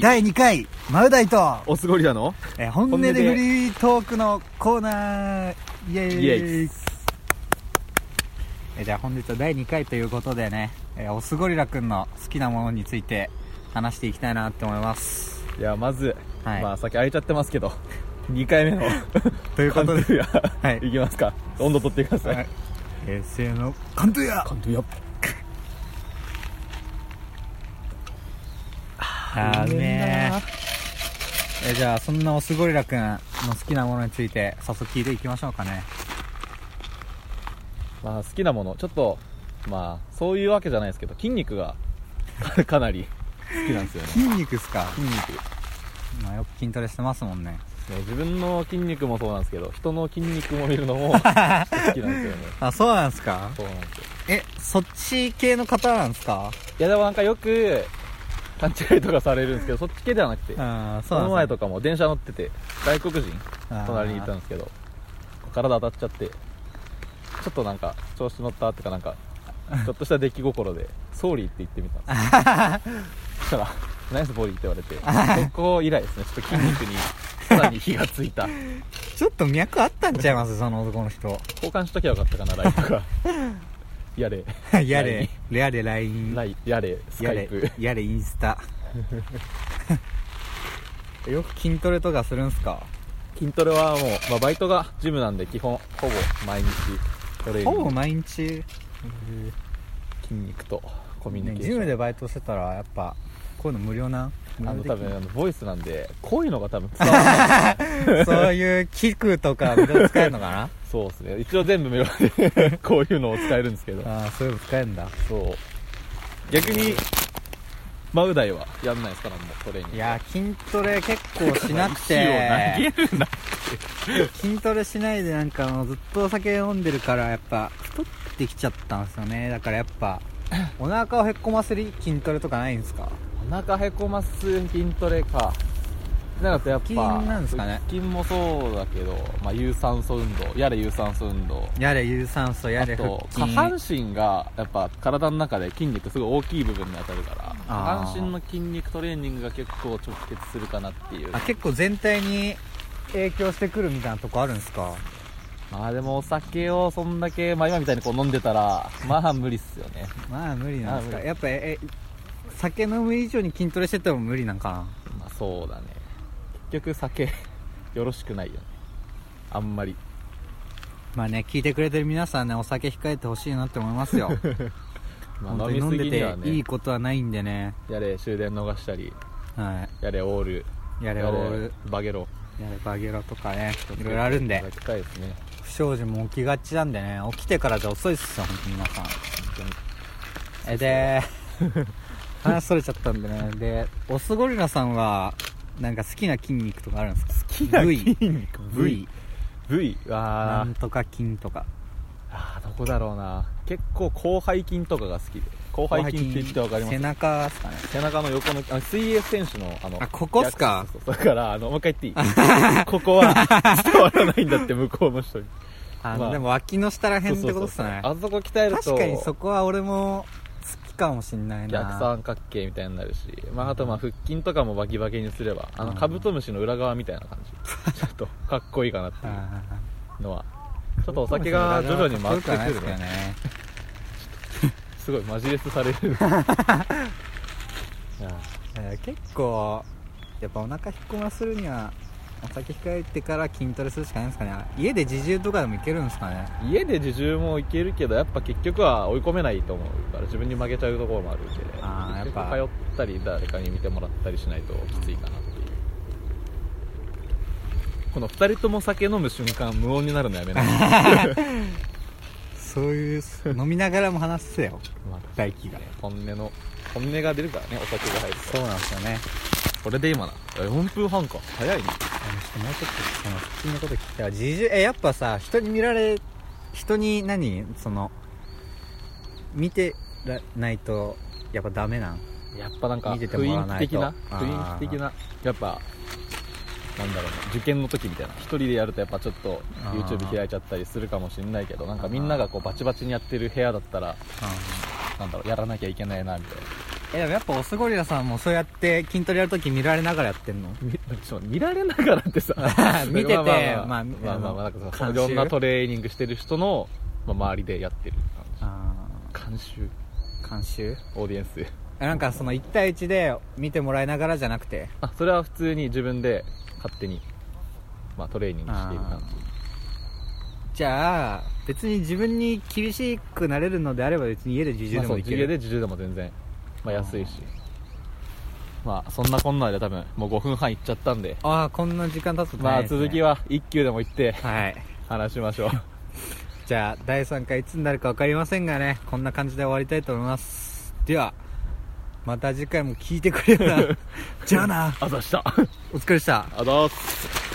第2回、マウダイと、オスゴリラのえー本音で本音でフリートークのコーナー、イエーイイエーイえーじゃあ本日は第2回ということでね、えーオスゴリラくんの好きなものについて話していきたいなって思います。いやまず、はいまあ先開いちゃってますけど2 回目の というカこントとゥで、ーヤ、いい、きますか温度取ってください、はい平成のカントゥヤカントゥーヤだねえーじゃあそんなオスゴリラくんの好きなものについて早速聞いていきましょうかね。まあ好きなものちょっとまあそういうわけじゃないですけど筋肉がかなり好きなんですよね筋肉っすか、筋肉まあ、よく筋トレしてますもんね。ね自分の筋肉もそうなんですけど人の筋肉も見る のも好きなんですよねあ、そうなんすかそうなんですよえ、そっち系の方なんですかいやでもなんかよく勘違いとかされるんですけどそっち系ではなくてあーこそうなんのす前とかも電車乗ってて外国人か隣にいたんですけど体当たっちゃってちょっとなんか調子乗ったっていうかなん かちょっとした出来心で「ソーリー」って言ってみたんです そしたら「ナイスボディ」って言われ てそこ以来ですねちょっと筋肉にさらに火がついたちょっと脈あったんちゃいますその男の 人。交換しときゃよかったかな LINE とかやれやれ、やれ LINE。ライやれスやカイれプ、やれインス タ。よく筋トレとかするんすか筋トレはもう、まあ、バイトがジムなんで基本ほぼ毎日トレーほニンぼグ毎日、筋肉とコミュニね、ケーシジョン、ムでバイトしてたら、やっぱ、こういうの無料な無あ料ので多分あのボイスなんでこういうのが多分伝わらないそういう器具とか無料で使えるのか なそうですね一応全部無料で こういうのを使えるんですけどああ、そういうの使えるんだ。そう逆にマウダイはやんないですかなんもトレーニングいや筋トレ結構しなく石 てを投げるな筋トレしないでなんかもうずっとお酒飲んでるからやっぱ太ってきちゃったんですよねだからやっ ぱお腹をへっこませる筋トレとかないんですかお腹へこます筋トレかなんかとやっぱ腹筋なんですかね腹筋もそうだけど、まあ、有酸素運動やれ有酸素運動やれ有酸素やあれと腹下筋半身がやっぱ体の中で筋肉すごい大きい部分に当たるから下あー半身の筋肉トレーニングが結構直結するかなっていうあ結構全体に影響してくるみたいなとこあるんですかまあでもお酒をそんだけ、まあ今みたいにこう飲んでたら、まあ無理っすよね。まあ無理なんですあか無理やっぱええ酒飲む以上に筋トレしてても無理なんかまあそうだね。結局酒、よろしくないよね。あんまり。なまあね聞いてくれてる皆さんねお酒控えてほしいなって思いますよま本当あ飲に飲みんすでぎにはてね、いいことはないんでねやれ終電逃したり、はいやれオール、やれオール、バゲロ。やれバゲロとかね、いろいろあるんで、いただきたいですね。不祥事も起きがちなんでね、起きてからじゃ遅いっすよ、本当に皆さん。本当に。え、で、 話それちゃったんでね、で、オスゴリラさんは、なんか好きな筋肉とかあるんですか好き ?V、肉 V、 V。なわんとか筋とか。ああー、どこだろうな。結構広背筋とかが好きで。広背筋って言ってわかります背中っすかね。背中の横のあの水泳選手のあのあここっすかそうそうそうだからあのもう一回言って いいここは伝わらないんだって向こうの人にあの、まあでも脇の下ら辺ってことっすそうそうねそう。あそこ鍛えると確かにそこは俺も好きかもしんないな。逆三角形みたいになるし、まあ、あとまあ腹筋とかもバキバキにすればあうのんカブトムシの裏側みたいな感じちょっとかっこいいかなっていあーうのはちょっとお酒が徐々に回ってかっこよくくるはねないですけどね。すごいマジレスされるい やえー結構やっぱお腹引っ込まするにはお酒控えてから筋トレするしかないんですかね家で自重とかでもいけるんですかね家で自重もいけるけどやっぱ結局は追い込めないと思うから自分に負けちゃうところもあるんであーやっぱ結局通ったり誰かに見てもらったりしないときついかなっていうこの2人とも酒飲む瞬間無音になるのやめないそういう飲みながらも話せよ唾液が本音の本音が出るからねお酒が入るそうなんですよねとこれで今なえ4分半か早いねあのちょっともうちょっとその普通のこと聞きたい自重えやっぱさ人に見られ人に何その見てらないとやっぱダメなんやっぱなんか見ててもらわ雰な囲い気と的なあー雰囲気的なやっぱなんだろうな受験の時みたいな一人でやるとやっぱちょっとあー YouTube 開いちゃったりするかもしれないけどなんかみんながこうバチバチにやってる部屋だったらなんだろうやらなきゃいけないなみたいなえでもやっぱオスゴリラさんもそうやって筋トレやるとき見られながらやってんのみ ちょっと見られながら ってさ見ててまあままあまああまあまあまあなんかさ監い修ろんなトレーニングしてる人の、まあ、周りでやってる感あじ監修あ監修オーディエンスえなんかその1対1で見てもらいながらじゃなくてあそれは普通に自分で勝手に、まあ、トレーニングしている感じゃあ別に自分に厳しくなれるのであれば別に家で自じ、重までもあ、そうでき自由る、で自重でも全然、まあ、安いしまあそんなこんなで多分もう5分半いっちゃったんでああこんな時間経つとま大あ変ですね続きは1級でも行ってはい話しましょうじゃあ第3回いつになるか分かりませんがねこんな感じで終わりたいと思いますではま た次回も聞いてくれよなじゃあな あざしたお疲れでした あざーす